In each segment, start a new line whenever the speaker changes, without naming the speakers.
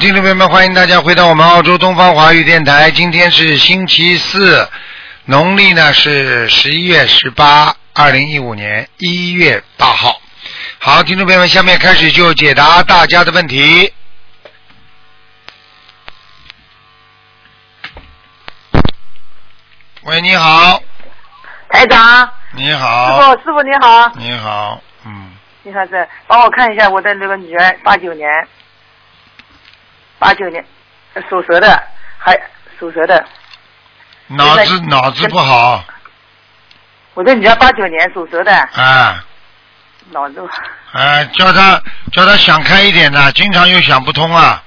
听众朋友们，欢迎大家回到我们澳洲东方华语电台。今天是星期四，农历呢是十一月十八，二零一五年一月八号。好，听众朋友们，下面开始就解答大家的问题。喂，你好，
台长，
你
师
好，
傅，师傅你好，
你好，嗯，
你好这，帮我看一下我的那个女儿，八九年，八九年属蛇的，还属蛇的，
脑子脑子不好，
我的女儿八九年属蛇的，
啊。
脑子，
哎，叫他叫他想开一点呐、经常又想不通啊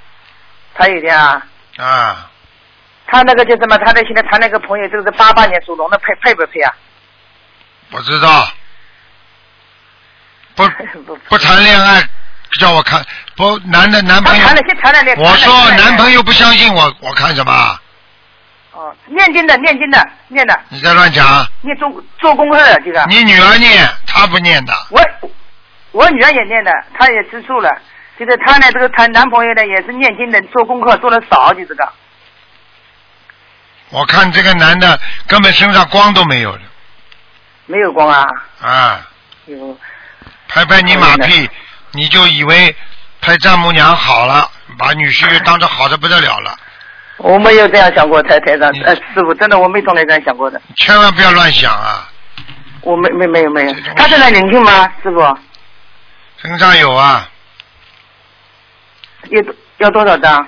她有点啊，
啊！
她那个叫什么？她那现在谈那个朋友，这个是八八年属龙的，配配不配啊？
我知道， 不
不，
不谈恋爱，叫我看不男的男
她
朋友
谈，了先谈了恋，
我说男朋
友，
友不相信我，我看什么？
哦，念经的，念经的，念的，
你在乱讲！啊
念做做功课的这个，
你女儿念，她不念的，
我我女儿也念的，她也吃素了。就是她呢，这个她男朋友呢也是念经的，做功课做的少，就这个。
我看这个男的根本身上光都没有了
没有光啊，
啊！
有
拍拍你马
可
屁，你就以为拍丈母娘好了，把女婿又当着好的不得了了，
我没有这样想过，台台长
你，
呃，师傅，真的我没从来这样想过的，
千万不要乱想啊！
我没没没有没有
这种，
他正在灵性吗？师傅，
身上有啊，
要多要多少张？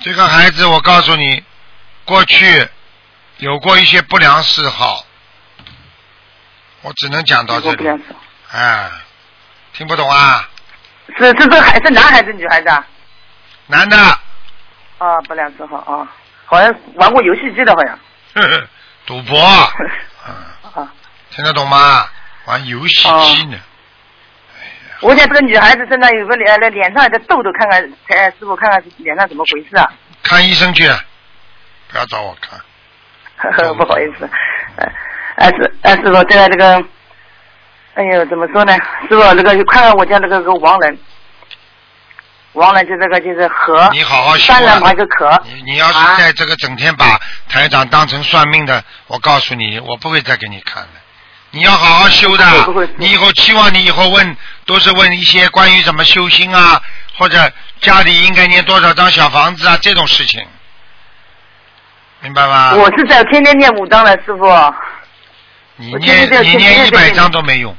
这个孩子我告诉你，过去有过一些不良嗜好，我只能讲到这
我不
里
想。说，
哎，听不懂啊？
是是是还是男孩子女孩子啊？
男的，
啊，不良嗜好啊，好像玩过游戏机的，好像。
呵呵赌博，嗯，
啊，
听得懂吗？玩游戏机呢，
我想这个女孩子身上有个脸呃脸上的痘痘，看看，台师傅看看脸上怎么回事啊？
看医生去，啊不要找我看。
不好意思，呃，呃师呃师傅，这个这个，哎呦，怎么说呢？师傅，这个看看我家这个个王人，王人就这个就是和
你好好修
三人
啊
旁一！个壳，
你你要是
啊
在这个整天把台长当成算命的，我告诉你，我不会再给你看的。你要好好修的
我不会，
你以后期望你以后问都是问一些关于怎么修心啊，或者家里应该念多少张小房子啊这种事情，明白吗？
我是在天天念五章了，师傅。
你
我今
念
天就
你念
今
一
天就
百
念
张都没用，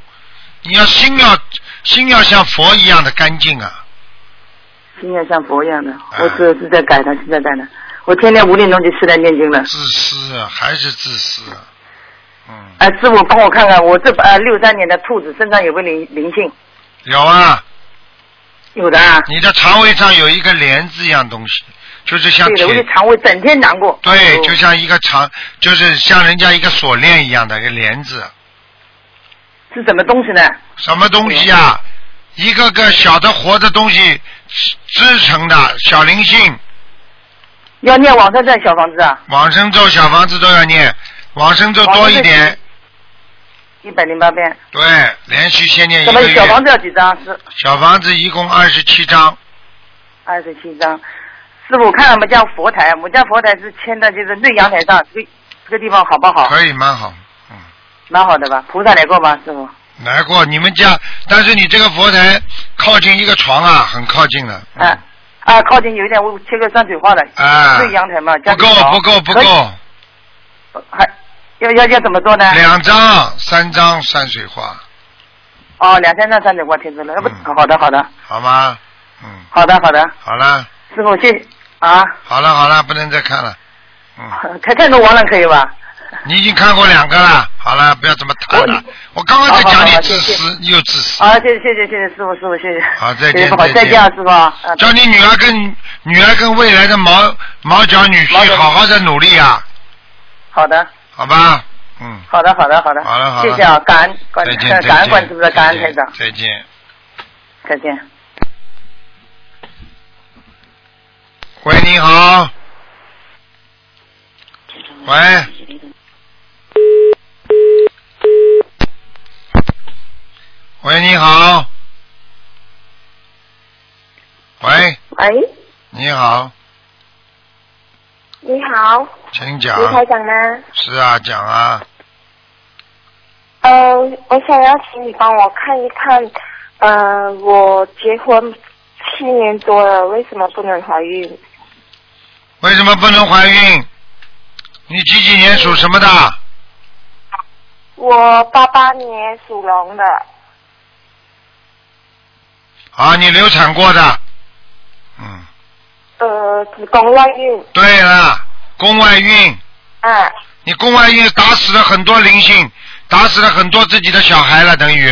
你要心要心要像佛一样的干净啊！
心念像佛一样的，
啊
我是是在改的，是在改的。我天天五点钟就起来念经了。
自私啊，还是自私啊，嗯。
哎、师傅帮我看看，我这呃六三年的兔子身上有没有灵灵性？
有啊，
有的啊。
你的肠胃上有一个帘子一样东西，就是像
对的，我
铁
就，肠胃整天难过。
对，
哦
就像一个肠，就是像人家一个锁链一样的一个帘子，
是什么东西呢？
什么东西啊？一个个小的活的东西织织成的小灵性，
要念网上站小房子啊？
往生咒、小房子都要念，往生咒多一点，
一百零八遍。
对，连续先念一
那么
个月
小。房子要几张？是
小房子一共二十七张，
二十七张。师傅，看我们家佛台，啊我们家佛台是签的，就是内阳台上，这个这个地方好不好？
可以蛮好，嗯。
蛮好的吧？菩萨来过吗，师傅？
来过你们家，但是你这个佛台靠近一个床啊，很靠近了。嗯
啊啊，靠近有一点，我贴个山水画的，
啊，
内阳台嘛，家
不
里
够
好
不够不，
可
够，
以还要要要怎么做呢？
两张三张山水画，
哦，两三张山水画贴出来，要不
嗯
好的好的
好吗？嗯，
好的好的，
好了
师傅谢谢啊，
好了好了，不能再看了。嗯，
看看个王人可以吧？
你已经看过两个了，好了，不要这么谈了。我刚刚在讲你
好好好
自
谢谢
私又自私，
啊，谢谢谢谢谢谢师傅师傅谢谢，
好再见
谢谢不好
再见
再见啊师傅啊，啊
叫你女儿跟女儿跟未来的毛毛脚女
毛
婿
脚
好好的努力啊，
嗯好的
好吧？嗯，
好的好的好的，
好了好了
谢谢啊，感恩感
再见
恩
再
感恩
见
观世菩萨，感恩台长，
再见。
再见。
喂，你好。喂。喂，你好。喂，
喂，
你好，
你好，
请
卢台
讲。
长吗？
是啊，讲啊，
呃，我想要请你帮我看一看，呃，我结婚七年多了，为什么不能怀孕？
为什么不能怀孕？你几几年属什么的？
我八八年属龙的，
啊，你流产过的。嗯，
呃，子宫外孕
对了，宫外孕，
啊，
你宫外孕打死了很多灵性，打死了很多自己的小孩了，等于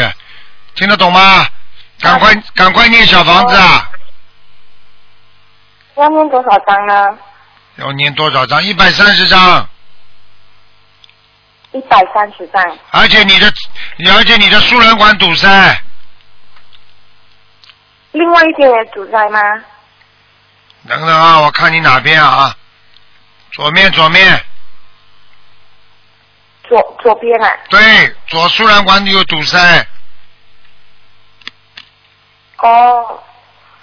听得懂吗？赶快赶快念小房子啊！
要念多少张呢？
要念多少张？一百三十张。
一百三十张。
而且你的，而且你的输卵管堵塞，
另外一边也堵塞吗？
等等啊，我看你哪边啊？左面，左面，
左左边啊？
对，左输卵管有堵塞，
哦，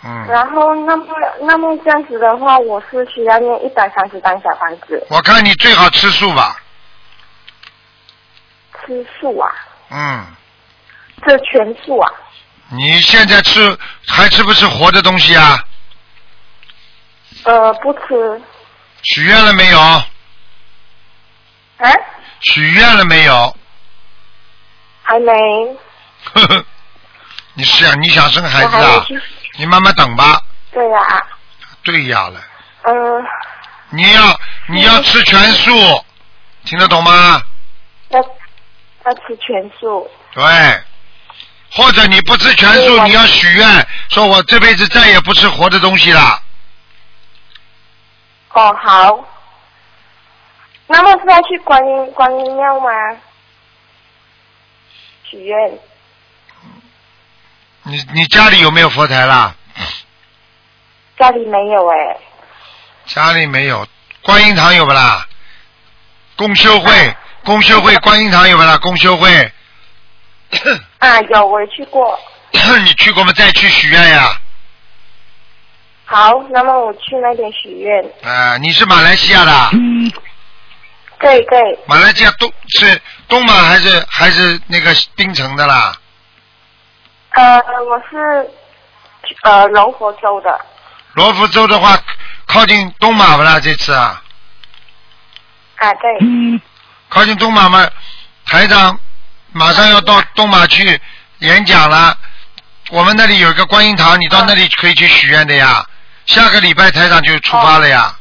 嗯，
然后那么那么这样子的话，我是需要念一百三十张小房子，
我看你最好吃素吧，
吃素啊，
嗯，
这全素啊。
你现在吃还吃不吃活的东西啊？
呃，不吃。
许愿了没有？
啊？
许愿了没有？
还没。
呵呵， 你想你想生孩
我
子
还没
啊？
去。
你慢慢等吧。
对呀、啊。
对呀了，
嗯、
你要你要吃全素，听得懂吗？
要要吃全素。
对，或者你不吃全素，
对
你要许愿，说我这辈子再也不吃活的东西了。
哦，好。那么是要去观音观音庙吗？许愿
你你家里有没有佛台啦？
家里没有哎、
家里没有，观音堂有不啦？公修会，公修会，观音堂有不啦？公修 会，
啊，有我也去过。
你去过吗？再去许愿呀。
好，那么我去那边许愿。
啊、你是马来西亚的，
嗯对对，
马来西亚东是东马还是还是那个槟城的啦？
呃，我是呃柔佛州的。
罗浮州的话，靠近东马不啦？这次啊？
啊，对，
靠近东马嘛，台长马上要到东马去演讲了。我们那里有一个观音堂，你到那里可以去许愿的呀。下个礼拜台长就出发了呀。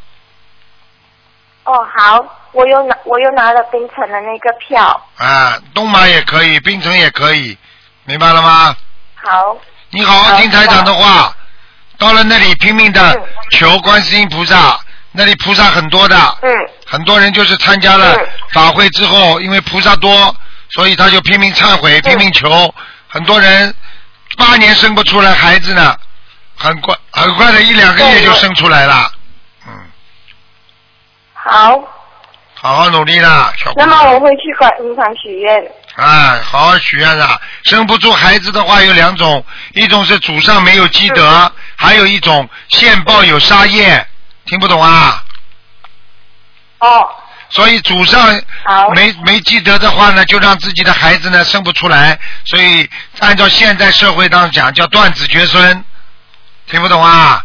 哦，好，我有拿，我又拿了冰城的那个票。
啊，东马也可以，槟城也可以，明白了吗？
好，
你好好听台长的话，到了那里拼命的
嗯
求观世音菩萨，那里菩萨很多的，
嗯，
很多人就是参加了
嗯
法会之后，因为菩萨多，所以他就拼命忏悔，拼命求。很多人八年生不出来孩子呢，很快很快的一两个月就生出来了。嗯，
好，
好好努力啦，小姑
那么我
娘
会去观音堂许愿。
啊，好好许愿啦。生不出孩子的话有两种，一种是祖上没有积
嗯
德，还有一种现报有杀业。听不懂啊？
哦，
所以祖上
好
没没积德的话呢，就让自己的孩子呢生不出来。所以按照现在社会当中讲，叫断子绝孙，听不懂啊？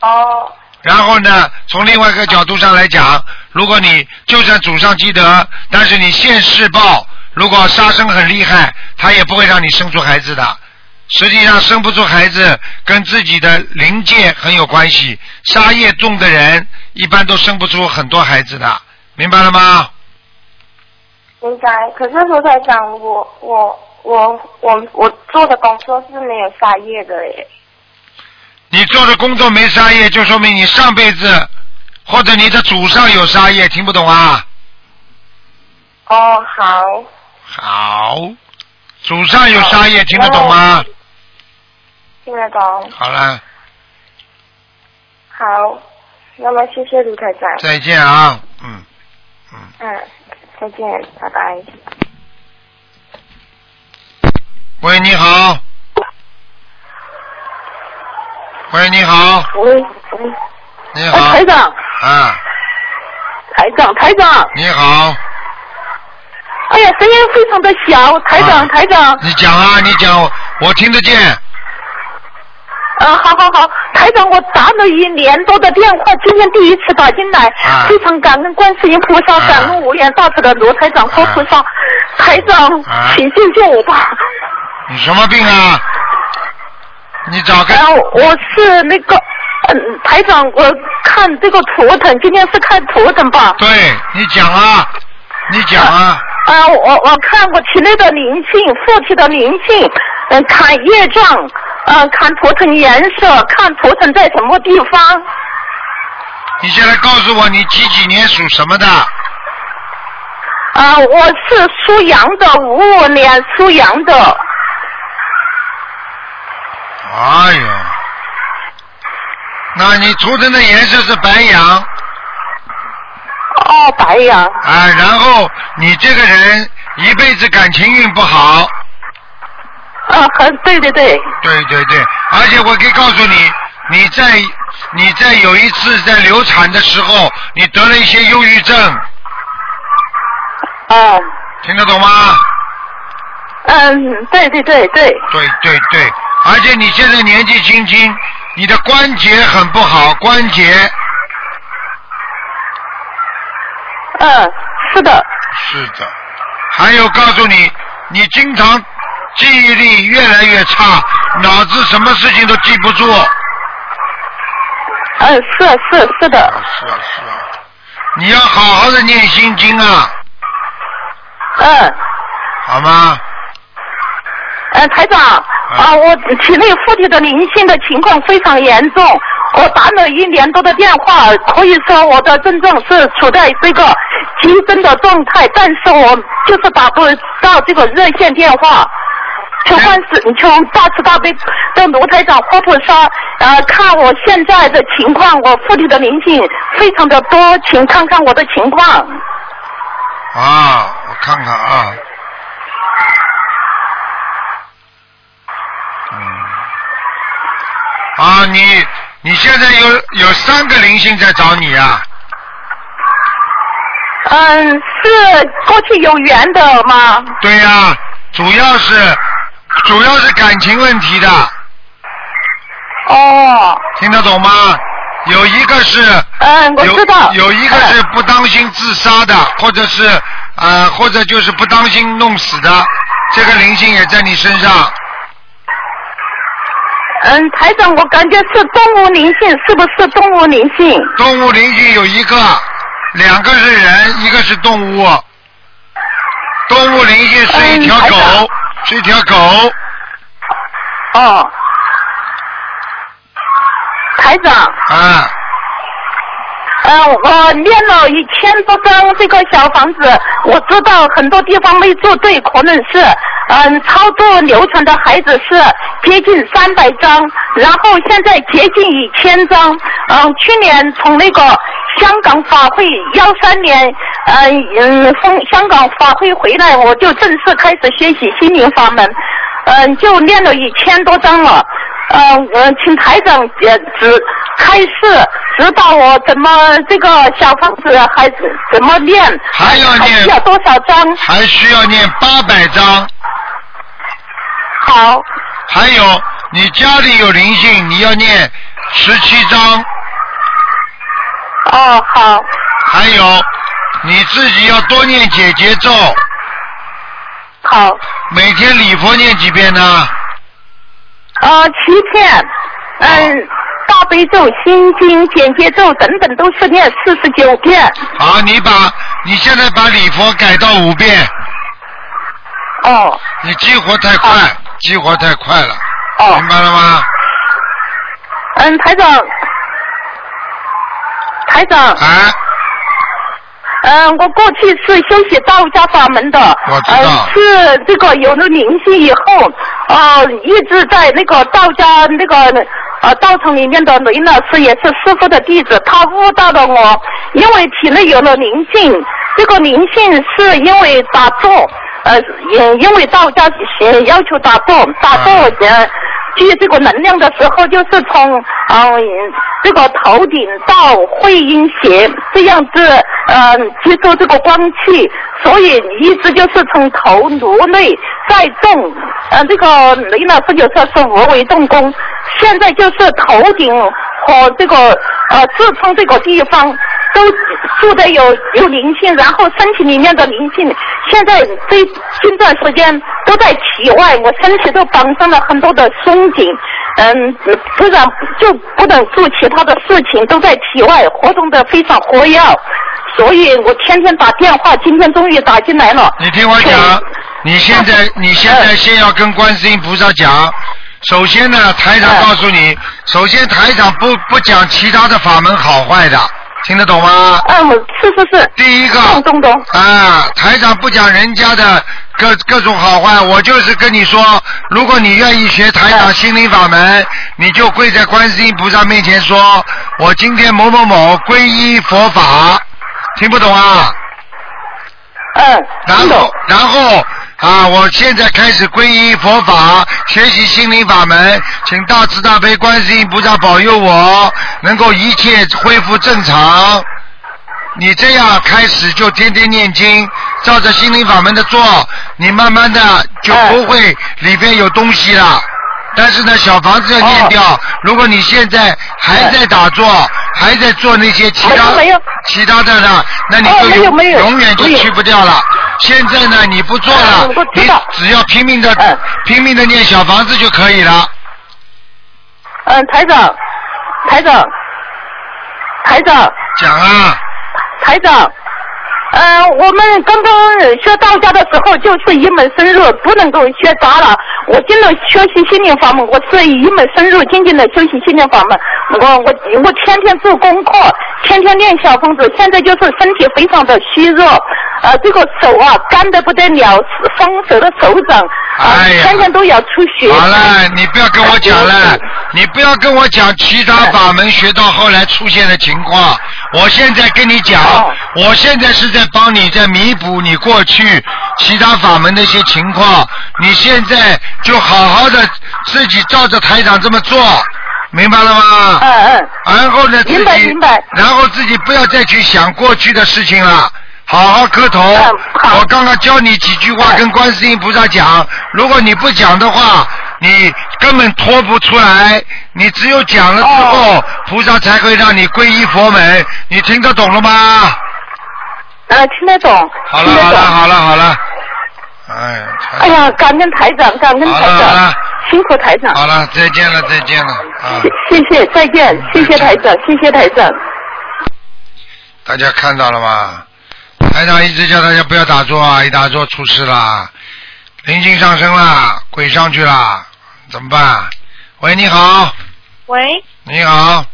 哦，
然后呢，从另外一个角度上来讲，如果你就算祖上积德，但是你现世报，如果杀生很厉害，他也不会让你生出孩子的。实际上，生不出孩子跟自己的灵界很有关系。杀业重的人，一般都生不出很多孩子的，明白了吗？
明白。可是卢台长，我我我我我做的工作是没有杀业的耶。
你做的工作没杀业，就说明你上辈子或者你的祖上有杀业，听不懂啊？
哦，好，
好，祖上有杀业，听得懂吗？
听得懂。
好了，
好，那么谢谢卢台长。
再见啊，嗯。
嗯，再见，拜拜。
喂，你好。喂，你好，
喂喂，
你
哎，
好
台，长，
啊，
台长，台长，
你好，
哎呀，声音非常的小，台
啊
长，台长，
你讲啊，你讲，我我听得见。
啊，好好好，台长，我打了一年多的电话，今天第一次打进来，
啊
非常感恩观世音菩萨，
啊
感恩无缘大慈的罗台长、佛菩萨，台长，
啊
请救救我吧！
你什么病
哎
啊？你找个
然后哎我是那个，嗯，台长，我看这个图腾，今天是看图腾吧？
对，你讲啊，你讲啊，
啊，我我看我体内的灵性，父亲的灵性，嗯，看业障，嗯，看图腾颜色，看图腾在什么地方。
你现在告诉我你几几年属什么的？
啊，我是属羊的，五五年属羊的。
哎呦，那你图腾的颜色是白羊
哦，白羊。
啊，然后你这个人一辈子感情运不好，
啊，很对对对。
对对对，而且我可以告诉你，你在你在有一次在流产的时候，你得了一些忧郁症，
啊，
听得懂吗？
嗯，对对对对。
对对对，而且你现在年纪轻轻，你的关节很不好，关节
嗯，是的。
是的。还有告诉你，你经常记忆力越来越差，脑子什么事情都记不住。
嗯，是是是
啊
的。
是啊是啊，你要好好的念心经啊，
嗯。
好吗？
呃，台长，啊，我体内父亲的灵性的情况非常严重，我打了一年多的电话，可以说我的症状是处在这个急诊的状态，但是我就是打不到这个热线电话。求观世，求大慈大悲的卢台长、活菩萨，呃，看我现在的情况，我父亲的灵性非常的多，请看看我的情况。
啊，我看看啊。嗯。啊，你你现在有有三个灵性在找你啊。
嗯，是过去有缘的吗？
对呀、主要是主要是感情问题的，
哦，
听得懂吗？有一个是
嗯，我
有
知道。
有一个
嗯
是不当心自杀的，或者是呃，或者就是不当心弄死的，这个灵性也在你身上。
嗯，台长，我感觉是动物灵性，是不是动物灵性？
动物灵性有一个，两个是人，一个是动物。动物灵性是一条
嗯台
狗，
长
是一条狗。
哦，台长，
啊，
呃，我念了一千多张这个小房子，我知道很多地方没做对，可能是，嗯，超度流程的孩子是接近三百张，然后现在接近一千张，嗯，去年从那个香港法会幺三年，嗯嗯，从香港法会回来，我就正式开始学习心灵法门，嗯，就念了一千多张了。呃，我请台长呃指开示，指导我怎么这个小房子还怎么念，
还要
还需
念
要多少张？
还需要念八百章。
好，
还有，你家里有灵性，你要念十七章；
哦好，
还有，你自己要多念解结咒，
好，
每天礼佛念几遍呢？
呃七片，
哦
嗯，大悲咒、心经、简介咒等等都是念四十九遍。
好，你把你现在把礼佛改到五遍，
哦
你激活太快
好，
激活太快了，
哦
明，白了吗？
嗯，台长，台长，
啊，
嗯，我过去是修习道家法门的，
我知道
呃、是这个有了灵性以后，呃，一直在那个道家那个呃道场里面的雷老师也是师傅的弟子，他悟到了我，因为体内有了灵性，这个灵性是因为打坐，呃，也因为道家呃要求打坐，打坐
啊
呃聚这个能量的时候，就是从嗯、呃、这个头顶到会阴穴这样子嗯、呃、接受这个光气，所以意思就是从头颅内再动，呃这个雷老师有时候说无为动功，现在就是头顶和这个呃痔疮这个地方。都住的有有灵性，然后身体里面的灵性，现在最近段时间都在体外，我身体都绑上了很多的松紧，嗯，不然就不能做其他的事情，都在体外活动的非常活跃，所以我天天打电话，今天终于打进来了。
你听我讲，你现在你现在先要跟观世音菩萨讲。首先呢，台长告诉你，首先台长不不讲其他的法门好坏的。听得懂吗？
嗯，是是是。
第一个。
懂懂
啊，台长不讲人家的各各种好坏，我就是跟你说，如果你愿意学台长心灵法门，你就跪在观世音菩萨面前说，我今天某某某皈依佛法，听不懂啊？
嗯。
然后，然后。啊！我现在开始皈依佛法，学习心灵法门，请大慈大悲观世音菩萨保佑我能够一切恢复正常。你这样开始就天天念经，照着心灵法门的做，你慢慢的就不会里边有东西了。但是呢，小房子要念掉。哦、如果你现在还在打坐，还在做那些其他其他的呢，那你就永、
哦、
永远就去不掉了。现在呢，你不做
啊
了，嗯、你只要拼命的、嗯、拼命的念小房子就可以了。
嗯，台长，台长，台长。
讲啊。
台长。呃，我们刚刚学道家的时候就是一门深入，不能够学杂了。我进了学习心灵法门，我是一门深入精进的修习心灵法门。我我我天天做功课，天天练小房子，现在就是身体非常的虚弱，呃，这个手啊干的不得了，双手的手掌，呃、
哎
天天都要出血。嗯
好了，你不要跟我讲了，你不要跟我讲其他法门学到后来出现的情况。我现在跟你讲，哦、我现在是在。帮你在弥补你过去其他法门的一些情况，你现在就好好的自己照着台长这么做，明白了
吗？嗯嗯。
然后呢，自己
明白明白。
然后自己不要再去想过去的事情了，好好磕头。
嗯、好
我刚刚教你几句话，跟观世音菩萨讲。如果你不讲的话，你根本脱不出来。你只有讲了之后，
哦、
菩萨才会让你皈依佛门。你听得懂了吗？
啊，听得懂，
好
听得懂，
好了，好了，好了，哎呀，
哎呀，感恩台长，感恩台长，辛苦台长。
好了，再见了，再见了，啊！
谢谢，再见，
嗯
谢谢台长，谢谢台长。
大家看到了吗？台长一直叫大家不要打坐啊，一打坐出事啦，灵性上升啦，鬼上去啦，怎么办？喂，你好。
喂。
你好。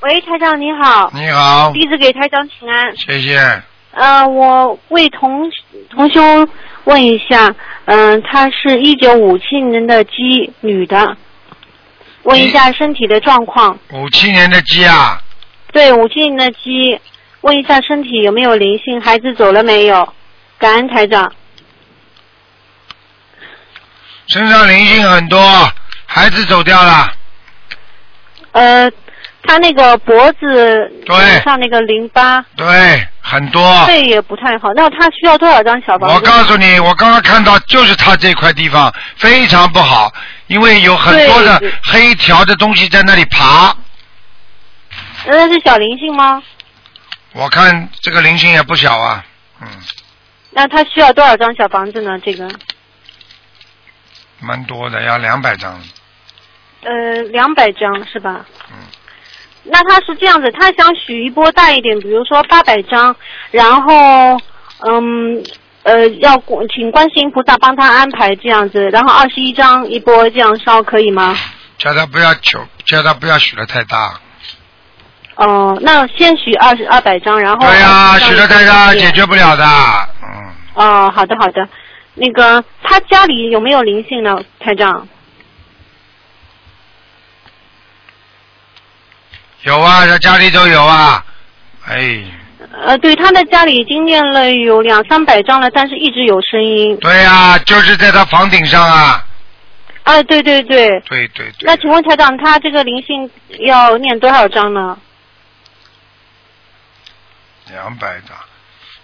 喂，台长你好。
你好。
弟子给台长请安。
谢谢。
呃，我为同同修问一下，嗯、呃，她是一九五七年的鸡，女的，问一下身体的状况。
五七年的鸡啊？
对，五七年的鸡，问一下身体有没有灵性，孩子走了没有？感恩台长。
身上灵性很多，孩子走掉了。
呃。他那个脖子上那个淋巴，
对，很多，
肺也不太好。那他需要多少张小房
啊子？我告诉你，我刚刚看到就是他这块地方非常不好，因为有很多的黑条的东西在那里爬。
呃那是小灵性吗？
我看这个灵性也不小啊，嗯。
那他需要多少张小房子呢？这个？
蛮多的，要两百张。
呃，两百张是吧？
嗯。
那他是这样子，他想许一波大一点，比如说八百张，然后嗯呃要请观世音菩萨帮他安排这样子，然后二十一张一波这样烧可以吗？
叫他不要求，叫他不要许的太大。
哦、呃，那先许二十二百张，然后
对呀、
啊，
许的太大解决不了的。嗯。
哦，好的好的，那个他家里有没有灵性呢，台长？
有啊，他家里都有啊，哎。
呃，对，他的家里已经念了有两三百张了，但是一直有声音。
对呀、啊，就是在他房顶上啊。
啊，对对对。
对对对。
那请问台长，他这个灵性要念多少章呢？
两百张，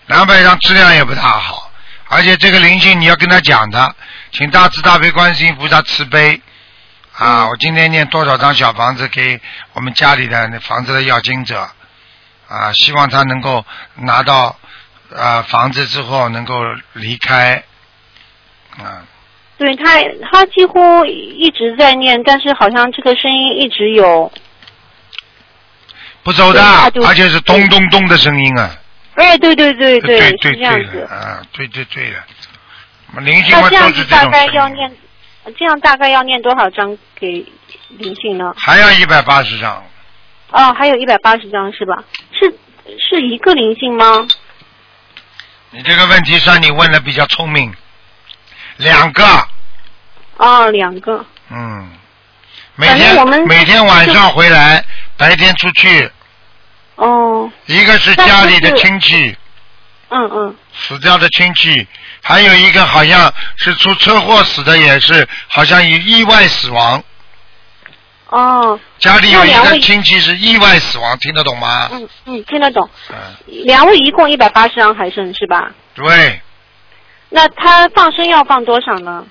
两百张质量也不大好，而且这个灵性你要跟他讲的，请大慈大悲观世音菩萨慈悲
嗯
啊！我今天念多少张小房子给我们家里的那房子的要经者啊，希望他能够拿到啊房子之后能够离开啊，
对他，他几乎一直在念，但是好像这个声音一直有。
不走的
对他就，
而且是咚咚咚的声音啊！
哎，对对对
对
是这样
对的
子。
啊，对对对的，灵性
那
嘛都
这样
是
子
这
大
种
概
声
要
音
念，这样大概要念多少章给灵性呢？
还要一百八十张，
哦，还有一百八十章是吧？是是一个灵性吗？
你这个问题算你问的比较聪明，两个，
哦，两个。
嗯，每
反正我们
天每天晚上回来，白天出去，
哦，
一个是家里的
但是
亲戚
嗯嗯。
死掉的亲戚，还有一个好像是出车祸死的，也是好像以意外死亡。
哦，
家里有一
那两
个
位
亲戚是意外死亡，听得懂吗？
嗯嗯，听得懂。
嗯，
两位一共一百八十张还剩是吧？
对，
那他放生要放多少呢？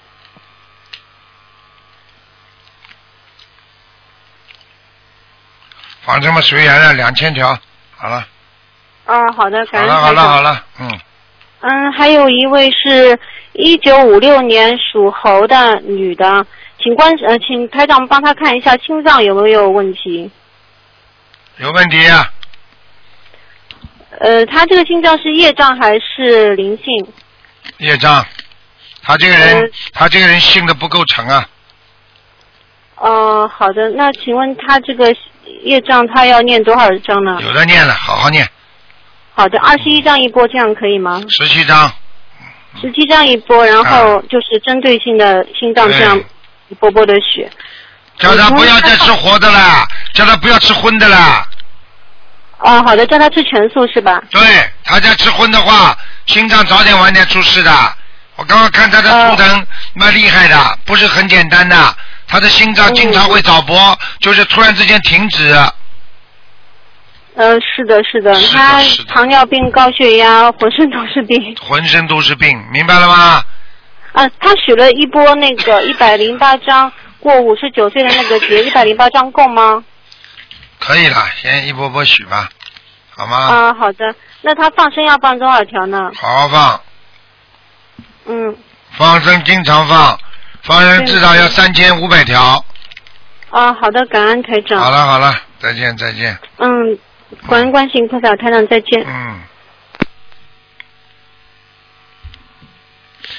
反正嘛随缘了，两千条，好了，
哦，好的，
好
感恩
了，好
台
了，
长
好了，嗯，
嗯，还有一位是一九五六年属猴的女的，请关呃，请台长帮她看一下心脏有没有问题。
有问题啊？
呃，她这个心脏是业障还是灵性？
业障，他这个人
嗯，
他这个人信的不够诚啊，
呃，好的，那请问她这个业障她要念多少章呢？
有的念了，好好念，
好的，二十一章一波，这样可以吗？
十七章，
十七章一波，然后就是针对性的心脏这样
啊对
一波波的血。
叫他不要再吃活的啦，叫他不要吃荤的啦，
哦，好的，叫她吃全素是吧？
对他再吃荤的话，心脏早点晚点出事的。我刚刚看他的图腾，蛮厉害的，不是很简单的。他的心脏经常会早搏，就是突然之间停止。
呃，是的，是的，
是的
他
是的
糖尿病、高血压，浑身都是病。
浑身都是病，明白了吗？
啊，他许了一波那个 一百零八张，过五十九岁的那个节，一百零八张够吗？
可以了，先一波波许吧，好吗？
啊，好的。那他放生要放多少条呢？
好好放，
嗯，
放生经常放，放生至少要三千五百条。
啊，好的，感恩台
好
长。
了好了，再见再见，
嗯，感恩观世音菩萨，台长再见。
嗯。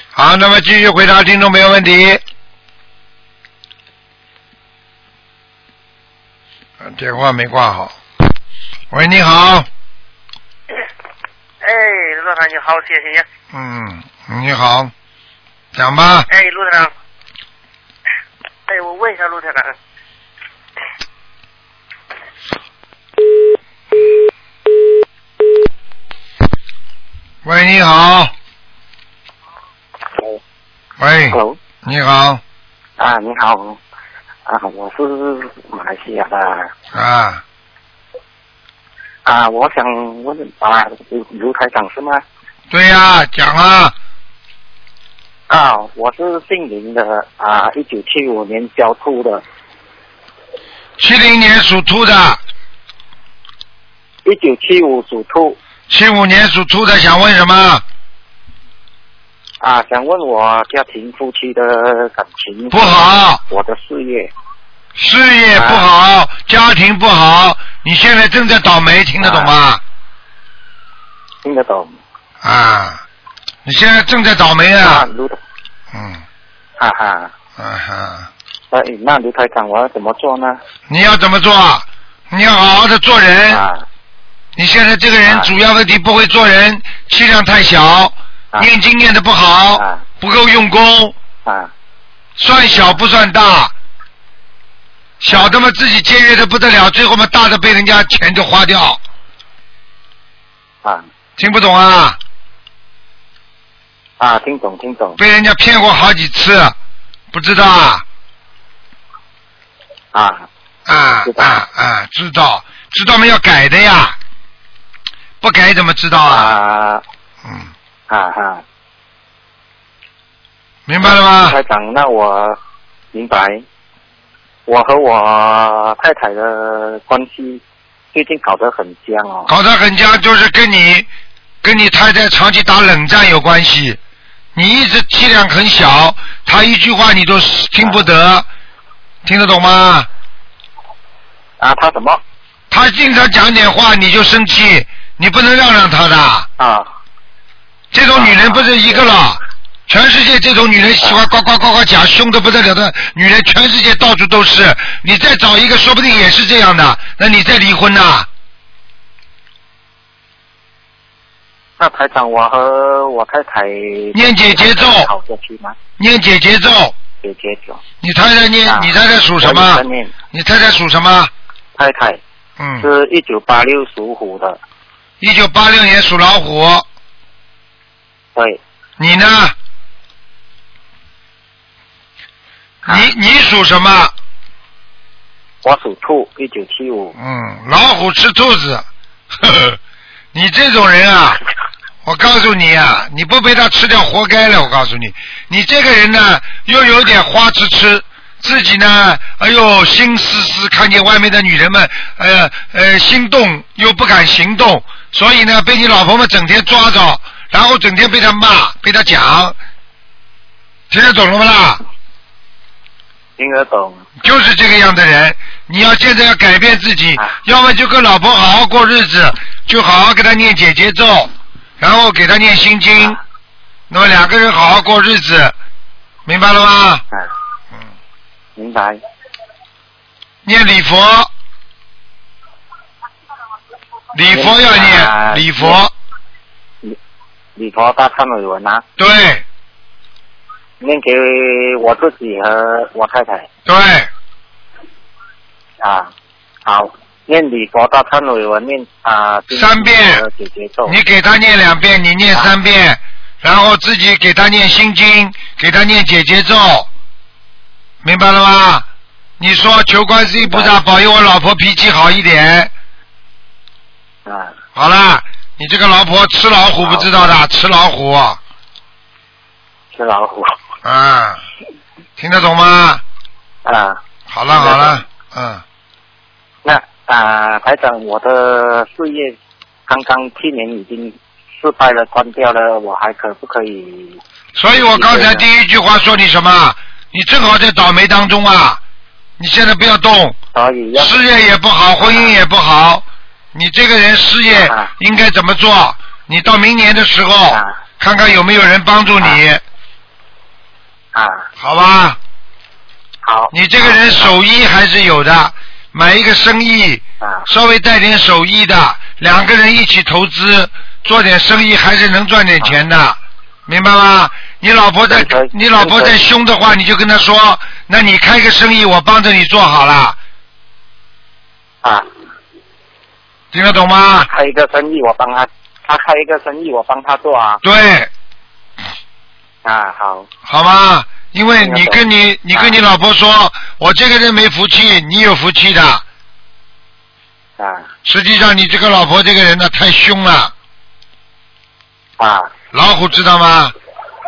好，那么继续回答听众朋友问题。啊电话没挂好。喂，你好。
哎，陆台长你好，谢谢你。
嗯，你好，讲吧。
哎，陆台长，哎，我问一下陆台长，
喂，你好。喂，
Hello，
你好
啊，你好，啊，我是马来西亚的，
啊，
啊，我想问啊，刘刘台长是吗？
对呀、讲啊，
啊，我是姓林的，啊，一九七五年交兔的，
七零年属兔的，
一九七五属兔，
七五年属兔的想问什么？
啊，想问我家庭夫妻的感情
不，好，
我的事业，
事业不好，
啊
家庭不好，你现在正在倒霉，听得懂吗？
听得懂？
啊，你现在正在倒霉啊，
刘，
嗯，
哈哈，
啊哈，
哎，那刘台长我要怎么做呢？
你要怎么做？你要好好的做人。
啊，
你现在这个人
啊
主要问题不会做人，气量太小，
啊
念经念的不好，
啊
不够用功，
啊，
算小不算大，小的嘛自己节约的不得了，最后嘛大的被人家钱就花掉，
啊，
听不懂啊？
啊，听懂，听懂，
被人家骗过好几次，不知道啊？
啊，
啊
知道
啊啊！知道，知道嘛要改的呀，不改怎么知道啊？
啊
嗯，
啊哈，
明白了吗？
台长，那我明白。我和我太太的关系最近搞得很僵哦。
搞得很僵，就是跟你跟你太太长期打冷战有关系。你一直气量很小，她一句话你都听不得，听得懂吗？
啊，他什么？
她经常讲点话你就生气，你不能让让她的。
啊
这种女人不是一个了，全世界这种女人喜
啊
欢呱呱呱呱讲，凶的不得了的女人，全世界到处都是。你再找一个，说不定也是这样的，那你再离婚呐、
那台长，我和我太太
念姐姐咒
好下去吗？
念姐姐咒，
姐姐咒。
你太太念，
啊
你太太属什
我也
么
在？念
你太太属什么？
太太
嗯，
是一九八六属虎的，
一九八六年属老虎。
对，
你呢？
啊
你你属什么？
我属兔，一九七五。
嗯，老虎吃兔子。 呵呵，你这种人啊，我告诉你啊，你不被他吃掉，活该了。我告诉你，你这个人呢，又有点花痴痴，自己呢，哎呦，心思思，看见外面的女人们，呃呃，心动又不敢行动，所以呢，被你老婆们整天抓着，然后整天被他骂，被他讲，听得懂了吗啦？
听得懂
就是这个样的人，你要现在要改变自己，
啊
要么就跟老婆好好过日子，就好好给她念姐姐咒，然后给她念心经，
啊
那么两个人好好过日子，明白了吗？
啊，
嗯，
明白
念礼佛，礼佛要
念啊
念礼佛，
礼佛大忏悔文啊，
对
念给我自己和我太太
对，
啊，好，念礼佛大忏悔文念啊
三遍
姐姐咒
你给她念两遍，你念三遍，然后自己给她念心经，给她念姐姐咒，明白了吗？你说求观世音菩萨保佑我老婆脾气好一点。
啊，
好啦，你这个老婆吃老虎不知道的，吃老虎
是老虎
啊，听得懂吗？
啊。
好了好了，嗯，
那啊、台长，我的事业刚刚去年已经失败了，关掉了，我还可不可以？
所以我刚才第一句话说你什么？你正好在倒霉当中啊！你现在不要动，
所以要
事业也不好，婚姻也不好，你这个人事业
啊
应该怎么做？你到明年的时候
啊，
看看有没有人帮助你，
啊，
好吧？
好，
你这个人手艺还是有的，买一个生意，
啊
稍微带点手艺的，两个人一起投资，做点生意还是能赚点钱的，明白吗？你老婆在
可以，
你老婆
可以
在凶的话，你就跟她说，那你开个生意，我帮着你做好了，
啊，
听得懂吗？
开一个生意我帮他，他开一个生意我帮他做啊，
对，
啊好，
好吗？因为你跟你你
啊
跟你老婆说，我这个人没福气，你有福气的。
啊
实际上你这个老婆这个人呢太凶了，
啊
老虎知道吗？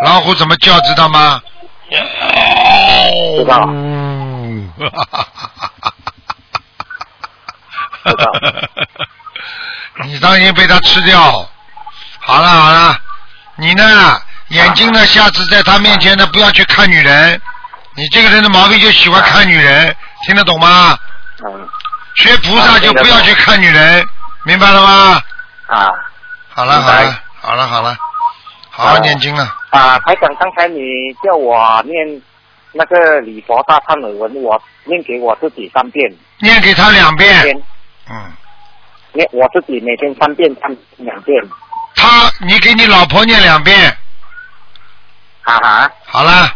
老虎怎么叫知道吗？
知道
嗯，
知道
你当心被它吃掉。好了好了，你呢？眼睛呢？下次在他面前呢，不要去看女人。你这个人的毛病就喜欢看女人，听得懂吗？
嗯
学菩萨就不要去看女人，明白了吗？
啊
好了
明
好
白
了好了好了，好好
好
念经了。
啊，台长，刚才你叫我念那个礼佛大忏悔文，我念给我自己三遍，
念给他两遍，
念
嗯，
念我自己每天三遍，三两遍，
他你给你老婆念两遍，
哈啊哈。
好了，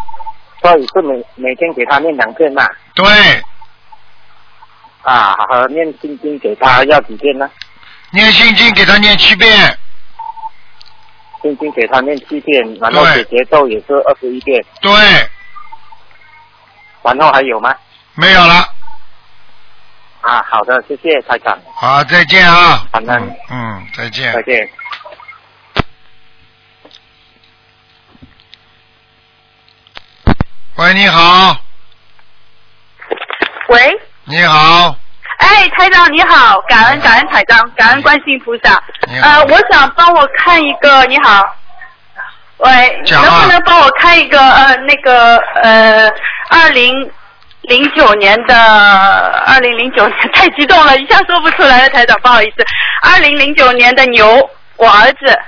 所以是每每天给他念两遍嘛，
对，
啊，和念心经给他要几遍呢？
念心经给他念七遍，
心经给他念七遍，然后
对
解节奏也是二十一遍，
对，
然后还有吗？
没有了，
啊，好的，谢谢台长，
好，再见啊。
感恩
嗯嗯，再见
再。见。
喂，你好，
喂，
你好，
哎，台长你好，感恩感恩台长，感恩观世音菩萨。
你好
呃，我想帮我看一个，你好，喂，
讲啊
能不能帮我看一个呃那个呃二零零九年的二零零九年 太激动了，一下说不出来了，台长不好意思，二零零九年的牛，我儿子。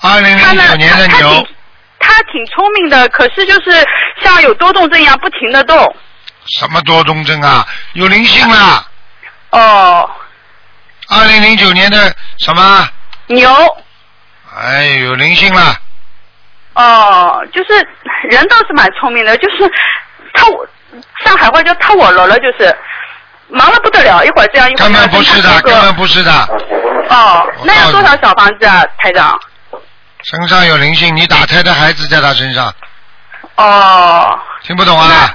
二零
他
零
呢，
九年的
他他
牛
挺，他挺聪明的，可是就是像有多动症一样不停的动。
什么多动症啊？有灵性啦！
哦，
二零零九年的什么？
牛
哎，有灵性啦！
哦，就是人倒是蛮聪明的，就是他我上海话叫他我了了，就是忙了不得了，一会儿这样一啊会儿
根
那样
本不是的，
跟
根
他哥
本不是的，
哦，那要多少小房子啊，台长？
身上有灵性，你打胎的孩子在他身上，
哦
听不懂啊？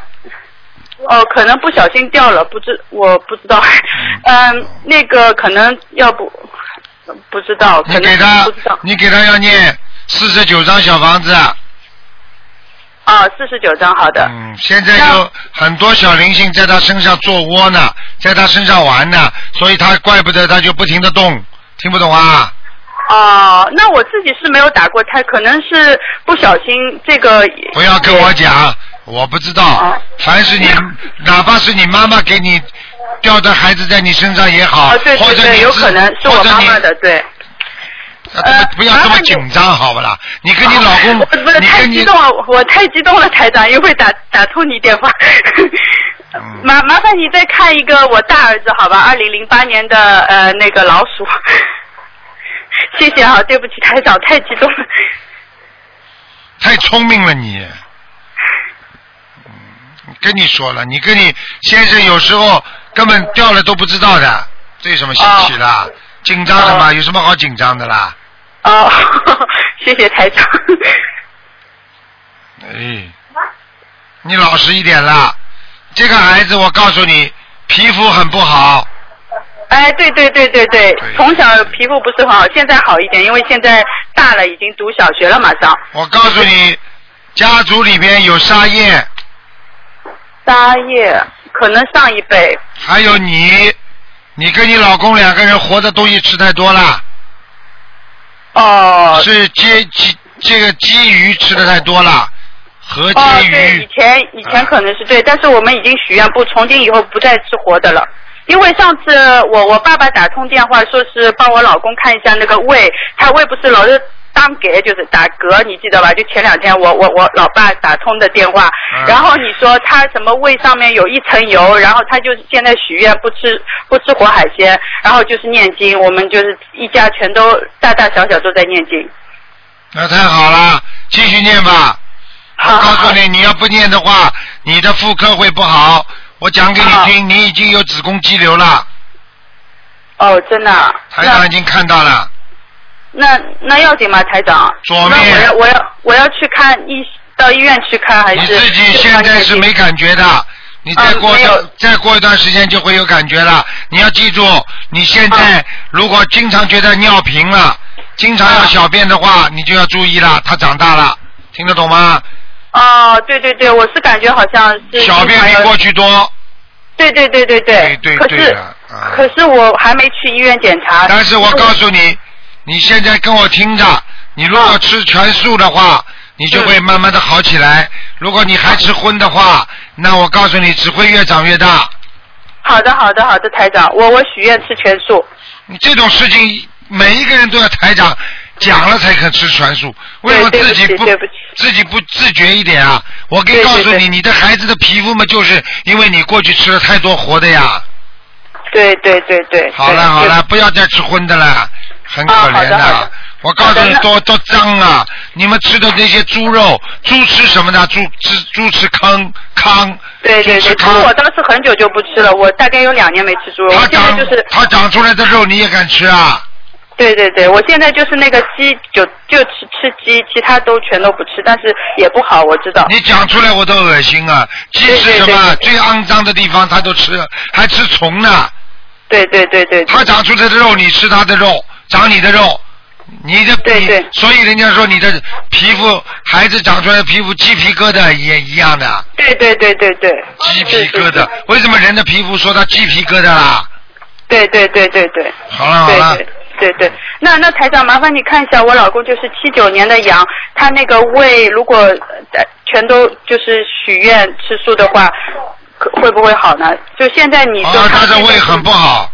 哦，可能不小心掉了，不知我不知道， 嗯，那个可能要不不知道，
你
可能
给他
不知道，
你给他要念四十九张小房子。
啊，四十九张，好的，
嗯，现在
那
有很多小灵性在他身上做窝呢，在他身上玩呢，所以他怪不得他就不停的动，听不懂啊？
哦，那我自己是没有打过胎，可能是不小心这个。
不要跟我讲，我不知道
啊。
凡 是你，哪怕是你妈妈给你掉的孩子在你身上也好，
啊，对
或
对
者你
对，有
自
可能是我妈妈，
或者
的，对。
你啊不不要这么
呃
紧张，好不啦？你跟你老公
哦我不是，
你
太
跟
激
你
动了，我我太激动了，台长，一会打打通你电话。
嗯
麻麻烦你再看一个我大儿子好吧，二零零八年的呃那个老鼠， 谢谢啊，对不起台长，太激动了。
太聪明了你。嗯，跟你说了，你跟你先生有时候根本掉了都不知道的，这有什么稀奇的？紧张的嘛，有什么好紧张的啦？
哦， 谢谢台长。
哎，你老实一点啦。这个孩子，我告诉你，皮肤很不好，
哎，对对对对对
对，
从小皮肤不是很好，现在好一点，因为现在大了，已经读小学了，马上。
我告诉你，家族里边有沙叶，
沙叶可能上一辈，
还有你，你跟你老公两个人活的东西吃太多了，
哦，
是鲫鲫这个鲫鱼吃的太多了，河
哦
鲫，
对，
鱼
以。前以前可能是对，但是我们已经许愿不，从今以后不再吃活的了。因为上次我我爸爸打通电话说是帮我老公看一下那个胃，他胃不是老是当嗝，就是打嗝，你记得吧？就前两天我我我老爸打通的电话，
嗯
然后你说他什么胃上面有一层油，然后他就现在许愿不吃不吃活海鲜，然后就是念经，我们就是一家全都大大小小都在念经。
那太好了，继续念吧。
啊
我告诉你，你要不念的话，你的妇科会不好。我讲给你
好
听，你已经有子宫肌瘤了，
哦，真的啊。
台
那
长已经看到了。
那那要紧吗，台长？
左
那
面
我要我要我要去看医，到医院去看还
你
是？
自己现在是没感觉的，你再过一段、
嗯没有
再过一段时间就会有感觉了。你要记住，你现
啊
在如果经常觉得尿频了，经常
啊
要小便的话，你就要注意了。他长大了，听得懂吗？
哦，对对对，我是感觉好像是
小便比过去多，
对对对对对
对对
可
对
是、
了啊
可是我还没去医院检查。
但是我告诉你，你现在跟我听着，你如
啊
果吃全素的话，你就
嗯
会慢慢的好起来。如果你还吃荤的话，那我告诉你，只会越长越大。
好的好的好的，台长，我我许愿吃全素。
你这种事情，每一个人都要台长讲了才肯吃全素，为什么
对
自己
对不起对不起
自己不自觉一点啊？我可以
对对
告诉你，
对
你的孩子的皮肤嘛，就是因为你过去吃了太多活的呀。
对对对对。
好
对
了好。
对
了，不要再吃荤的了，很可
啊好
怜
的好的
我告诉
好的
你，
那
多多脏啊！你们吃的那些猪肉，猪吃什么的？猪吃猪吃糠糠，
对对
猪吃
对，猪
糠。
我倒是很久就不吃了，我大概有两年没吃猪肉，我
它
现在
长
就是
它长出来的肉你也敢吃啊？
对对对，我现在就是那个鸡，就就吃吃鸡，其他都全都不吃，但是也不好，我知道。
你讲出来我都恶心啊！鸡
对对
吃什
对
么？
对
最肮脏的地方它都吃，还吃虫呢。
对对对对，
它长出来的肉，你吃它的肉，长你的肉，你的
对
你
对
所以人家说你的皮肤，孩子长出来的皮肤鸡皮疙瘩也一样的，
对对对对对，
鸡皮疙
对
瘩。为什么人的皮肤说它鸡皮疙瘩啦？
对对对对对。
好了好了
对，对对对，那那台长，麻烦你看一下，我老公就是七九年的羊，他那个胃如果呃全都就是许愿吃素的话，可会不会好呢？就现在你说
啊，他的
现在
胃很不哦好，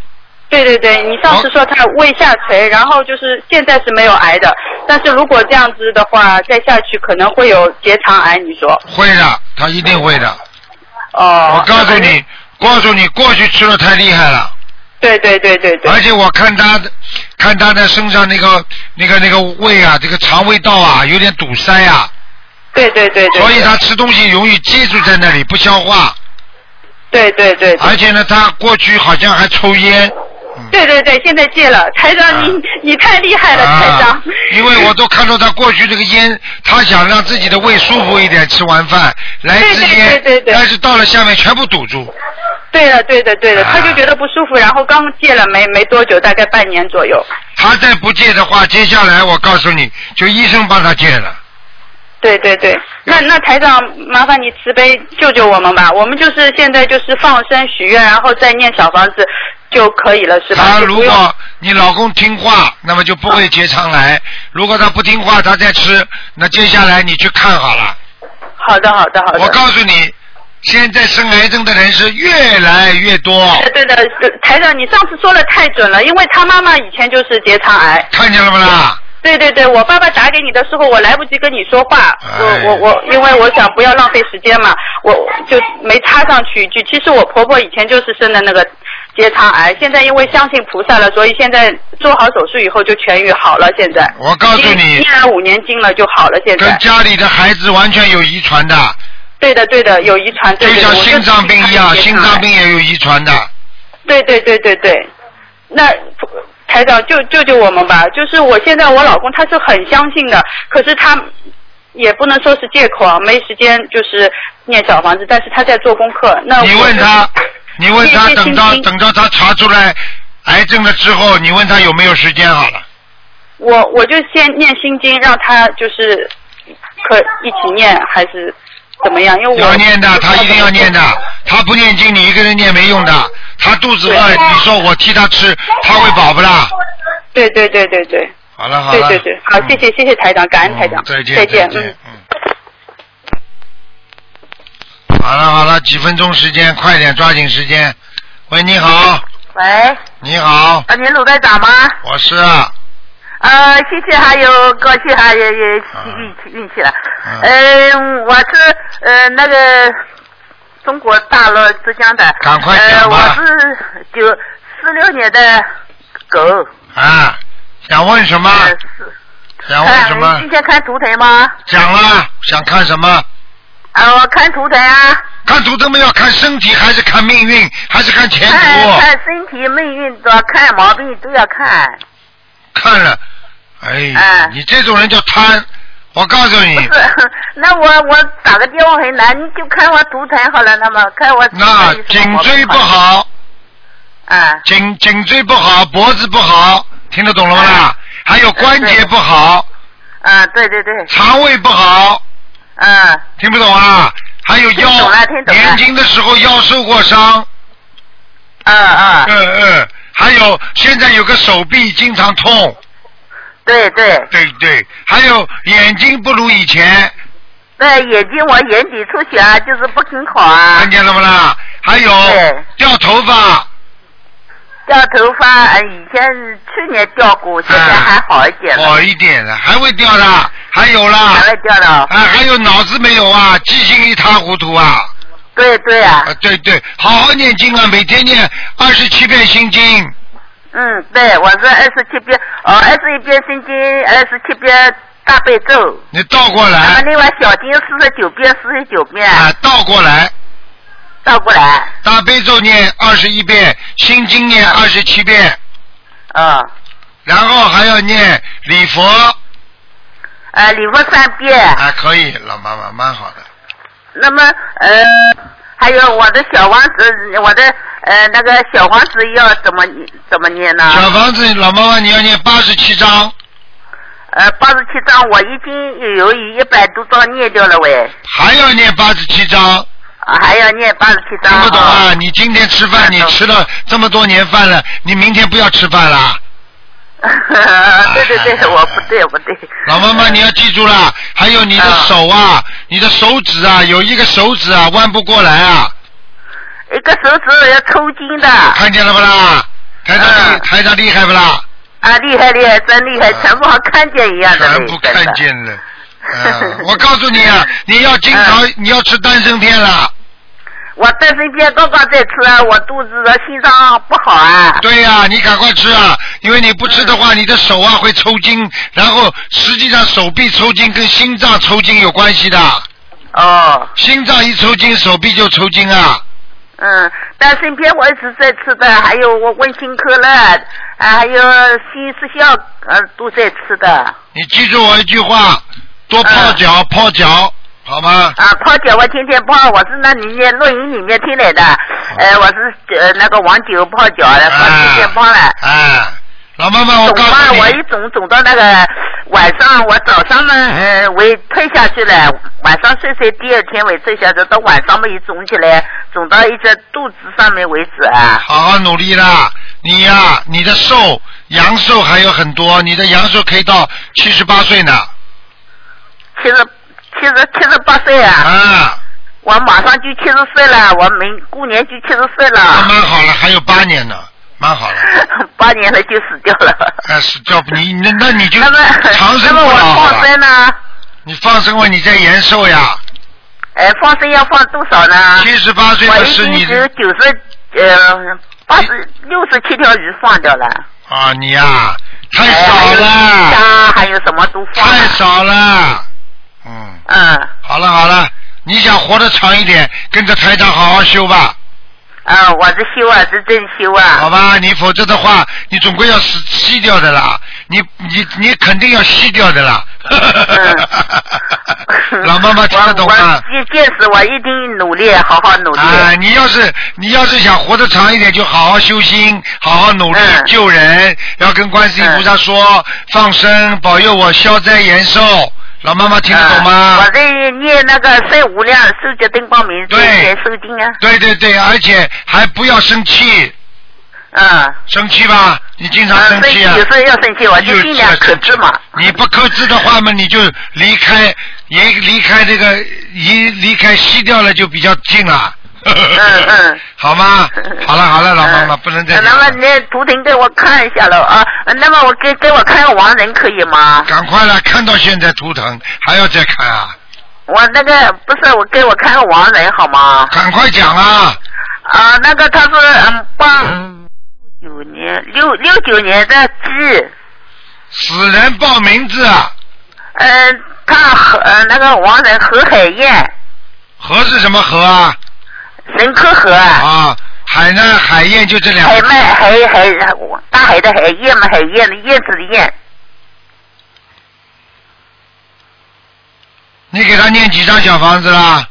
对对对，你上次说他胃下垂，然后就是现在是没有癌的，但是如果这样子的话，再下去可能会有结肠癌，你说？
会的，他一定会的。
哦
我，告诉你，告诉你，过去吃的太厉害了。
对对对对对，
而且我看他的，看他的身上那个那个那个胃啊，这个肠胃道啊，有点堵塞啊，
对对对对，
所以他吃东西容易接触在那里不消化，
对对对对。
而且呢，他过去好像还抽烟。嗯
对对对，现在戒了，台长你、
啊
你太厉害了，台
啊
长。，
因为我都看到他过去这个烟，他想让自己的胃舒服一点，吃完饭来
对
支
对
烟
对对，对
但是到了下面全部堵住。
对了，对的，对的，
啊
他就觉得不舒服，然后刚戒了没没多久，大概半年左右。
他再不戒的话，接下来我告诉你，就医生帮他戒了。
对对对，那那台长，麻烦你慈悲救救我们吧，我们就是现在就是放生许愿，然后再念小房子就可以了，是吧？
他
就
如
不用
果你老公听话，那么就不会结肠癌；如果他不听话，他再吃，那接下来你去看好了。
好的好的好的。
我告诉你，现在生癌症的人是越来越多，
对的，对的，台长，你上次说的太准了，因为他妈妈以前就是结肠癌，
看见了不啦？
对对对，我爸爸打给你的时候，我来不及跟你说话，
哎
我我我，因为我想不要浪费时间嘛，我就没插上去一句。其实我婆婆以前就是生的那个结肠癌，现在因为相信菩萨了，所以现在做好手术以后就痊愈好了。现在
我告诉
依
你，
然五年经了就好了。现
跟
在
家里的孩子完全有遗传的，
对的对的，有遗传，
就
对对
像
对，我
心脏病一样，
就是
心脏病也有遗传的。
对对对对对，那台长救救救我们吧！就是我现在我老公他是很相信的，可是他也不能说是借口啊，没时间就是念小房子，但是他在做功课。那我
你问他，你问他，
谢谢
等到
星星
等到他查出来癌症了之后，你问他有没有时间好了。
我我就先念心经，让他就是可一起念还是怎么样？因为我
要念的，他一定要念的。他不念经，你一个人念没用的。他肚子饿，你说我替他吃，他会饱不啦？
对对对对对
好了好
对
了。
对对，好，谢谢谢谢台长，
嗯
感恩台长
嗯，再见
再见，嗯
见。嗯。好了好了，几分钟时间，快点抓紧时间。喂，你好，
喂，啊，
你好，
您鲁队长吗？
我是啊
呃，谢谢，还有过去还也也
啊
运气运气了。
嗯
嗯，我是呃那个中国大陆浙江的。
赶快讲
呃，我
吧
是九四六年的狗。
啊，想问什么？
嗯
呃是
想问什
看
么
今？天看图腾吗？
讲了，想看什么？
啊，我看图腾啊，
看图腾没有？看身体还是看命运，还是看前途？
哎
看哎看身体、命运都要看，毛病都要
哎
看。
看了，哎，
哎
你这种人叫贪。我告诉
不
你
是，， 那我我打个电话很难，你就看我图腾好了，那么看我图腾
那
有什么
颈
毛病
椎不。好，
啊，
颈颈椎不好，脖子不好，听得懂了吗？
哎
还有关节不好，
啊，对对对，
肠胃不好，
嗯，
听不懂啊？还有
听懂
腰
了听，懂啊了
年轻的时候腰受过伤，
啊啊，
嗯嗯，还有现在有个手臂经常痛，
对对
对对，还有眼睛不如以前，
对，眼睛我眼底出血啊，就是不很好啊
看，见了不啦？还有
对
掉头发，
掉头发，呃以前去年掉过，现
啊
在还好一点了，
好哦一点的，还会掉的，还有啦，
还会掉了，
啊，还有脑子没有啊？记性一塌糊涂啊！
对对啊
啊，，对对，好好念经啊，每天念二十七遍心经，
嗯，对，我是二十七遍，哦，二十一遍心经，二十七遍大悲咒，
你倒过
那么
来
另外小经四十九遍，四十九遍，
啊，倒过来，
倒过来，
大悲咒念二十一遍，心经念二十七遍，
嗯，
然后还要念礼佛
啊呃，礼佛三遍，
啊，可以，老妈妈蛮好的。
那么呃，还有我的小王子，我的呃那个小王子要怎么怎么念呢？
小房子，老妈妈你要念八十七章，
呃，八十七章我已经有一百多章念掉了喂，
还要念八十七章，
啊还要念八十七章。
听不懂
哦
啊？你今天吃饭，你吃了这么多年饭了，你明天不要吃饭啦。
对对对，我不对，我不对。
哎老妈妈，你要记住了，还有你的手啊，你的手指啊，有一个手指啊弯不过来啊，
一个手指要抽筋的，
看见了不啦？台长厉，
嗯
台长厉害不啦？
啊，厉害厉害，真厉害，全部好像看见一样的嘞，
啊全部
真的
看见了。 嗯，我告诉你啊，你要经常你要吃丹参片了。
我丹参片刚刚在吃啊，我肚子的心脏不好啊。
对呀、你赶快吃啊，因为你不吃的话，你的手啊会抽筋，然后实际上手臂抽筋跟心脏抽筋有关系的，
哦，
心脏一抽筋，手臂就抽筋啊。
嗯，丹参片我一直在吃的，还有我问心科了，啊，还有西施效，呃，都在吃的。啊
你记住我一句话，多泡
嗯
脚，泡脚，好吗？
啊，泡脚我天天泡，我是那里面录音里面听来的，呃，我是呃那个王九泡脚的，我天天泡了。
哎，老妈妈，我告
肿嘛
诉，
我
你
一，肿肿到那个晚上，我早上呢，呃，我也退下去了，晚上睡睡，第二天我也退下去，到晚上嘛又肿起来，肿到一直肚子上面为止啊。
好好努力啦。你呀、你的寿阳寿还有很多，你的阳寿可以到七十八岁呢。
七十七十七十八岁啊，
啊，
我马上就七十岁了，我明过年就七十岁
那
了，
蛮好了，还有八年呢，蛮好了。
八年了就死掉了。
哎，是叫你那那你就
那么
长
那
生
么
不
我
老好
放
了。
生呢？
你放生完你再延寿呀，
哎，放生要放多少呢？
七十八岁
啊我
的
已
是
经
你
只有九十呃八十六十七条鱼放掉了，
啊，你呀、太
哎
少
还有
了，
虾还有什么都放
太
了。
少了。嗯，
嗯，
好了好了，你想活得长一点，跟着台长好好修吧，
啊，我这修啊，这真修
好
啊。
吧？你否则的话，你总归要死吸掉的啦，你你你肯定要吸掉的啦。
嗯
老妈妈听得懂啊吗？
我我届时我一定努力，好好努力。
啊，你要是你要是想活得长一点，就好好修心，好好努力、
嗯
救人，要跟观世音菩萨说、放生，保佑我消灾延寿。老妈妈听得懂吗？
啊我这念那个《圣无量寿觉灯光明》
对
这些收经啊，
对对对，而且还不要生气，
嗯，
生气吧，你经常
啊
生
所以
气啊
有。时候要生气，我就尽量克制嘛。
你不克制的话嘛，你就离开，也离开这个，一离开吸掉了就比较近了。嗯
嗯，
好吗？ 好了好了，老妈妈不能再
嗯
聊
那
了。
么那图腾给我看一下了啊，那么我给给我看个亡人可以吗？
赶快了，看到现在图腾还要再看啊！
我那个不是我给我看个亡人好吗？
赶快讲啊！
啊，那个他是嗯八九年六六九年的鸡，
死人报名字，啊，
嗯、他和呃那个亡人何海燕，
河是什么河啊？
神科河啊，
啊，海呢？海燕就这两
海
个
麦海海大海的海燕嘛，海燕的燕子的燕，
你给他念几张小房子啦？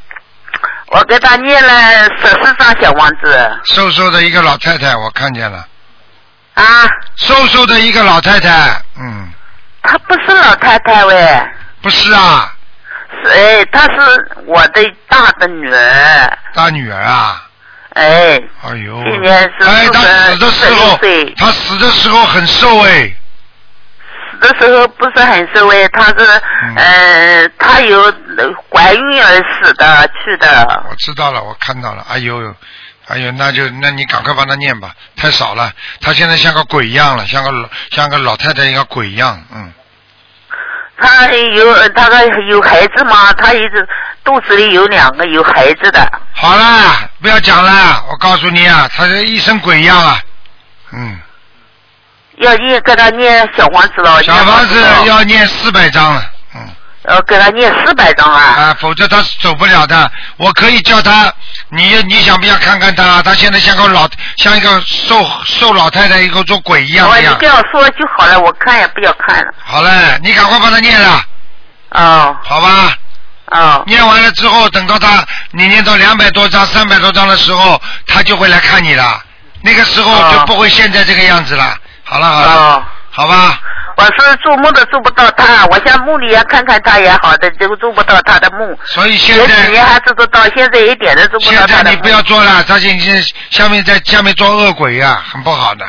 我给他念了十四张小王子
瘦瘦的一个老太太，我看见了，
啊，
瘦瘦的一个老太太，嗯，
他不是老太太喂。
不是啊，
是哎，她是我的大的女儿，
大女儿啊，
哎，
哎呦，
今年是
哎，她死的时候
46岁，
她死的时候很瘦哎，
死的时候不是很受哎，她是，
嗯
呃，她有呃怀孕而死的去的，
我知道了，我看到了。哎呦，哎呦，那就那你赶快帮他念吧，太少了。他现在像个鬼一样了，像个老像个老太太一个鬼一样，嗯。
她有她个有孩子吗？她一直肚子里有两个有孩子的，
好啦，不要讲啦，我告诉你啊，他这一身鬼一样啊，嗯。
要念给她念小房子了，
小房子
念了
要念四百张了，嗯，
呃，给他念四百张啊。
啊，否则他是走不了的。我可以叫他，你你想不想看看他？他现在像个老像一个瘦瘦老太太，一个做鬼一样
我
一
你
样
跟。我说就好了，我看也不要看了。
好嘞，你赶快帮他念了，
哦
好吧？
哦
念完了之后，等到他你念到两百多张、三百多张的时候，他就会来看你了。那个时候就
哦
不会现在这个样子了。好了好了，
哦，
好吧？
我是做梦都做不到他，我像梦里也看看他也好的，就做不到他的梦。
所以现
前几年
在
还做得到，现在一点都做不到
现
他
在
的
你
梦
不要做了，他现在下面在下面做恶鬼呀、很不好的。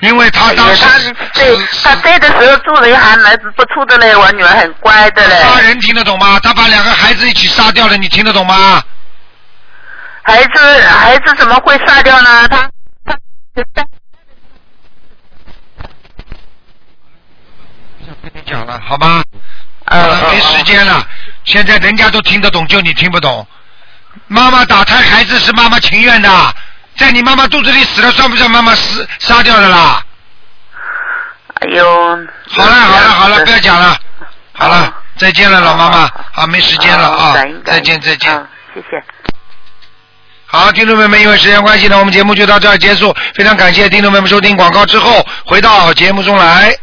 因为他当时
哎
嗯呃
他对他在的时候做人还蛮不错的嘞，我女儿很乖的嘞，
杀人听得懂吗？他把两个孩子一起杀掉了，你听得懂吗？
孩子孩子怎么会杀掉呢？他他
跟你讲了，好吧？好
呃
了，没时间了。
嗯
现在人家都听得懂，就你听不懂。妈妈打胎，孩子是妈妈情愿的，在你妈妈肚子里死了，算不算妈妈死杀掉的啦？
哎呦，
好
嗯
了，好了，好了，不要讲了。好了
哦，
再见了，老妈妈
哦哦。
好，没时间了啊
感恩，感
再
恩
见，再见。
嗯谢谢。
好，听众朋友们，因为时间关系呢，我们节目就到这儿结束。非常感谢听众朋友们收听广告之后回到节目中来。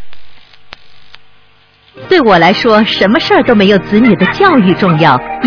对我来说，什么事儿都没有子女的教育重要。因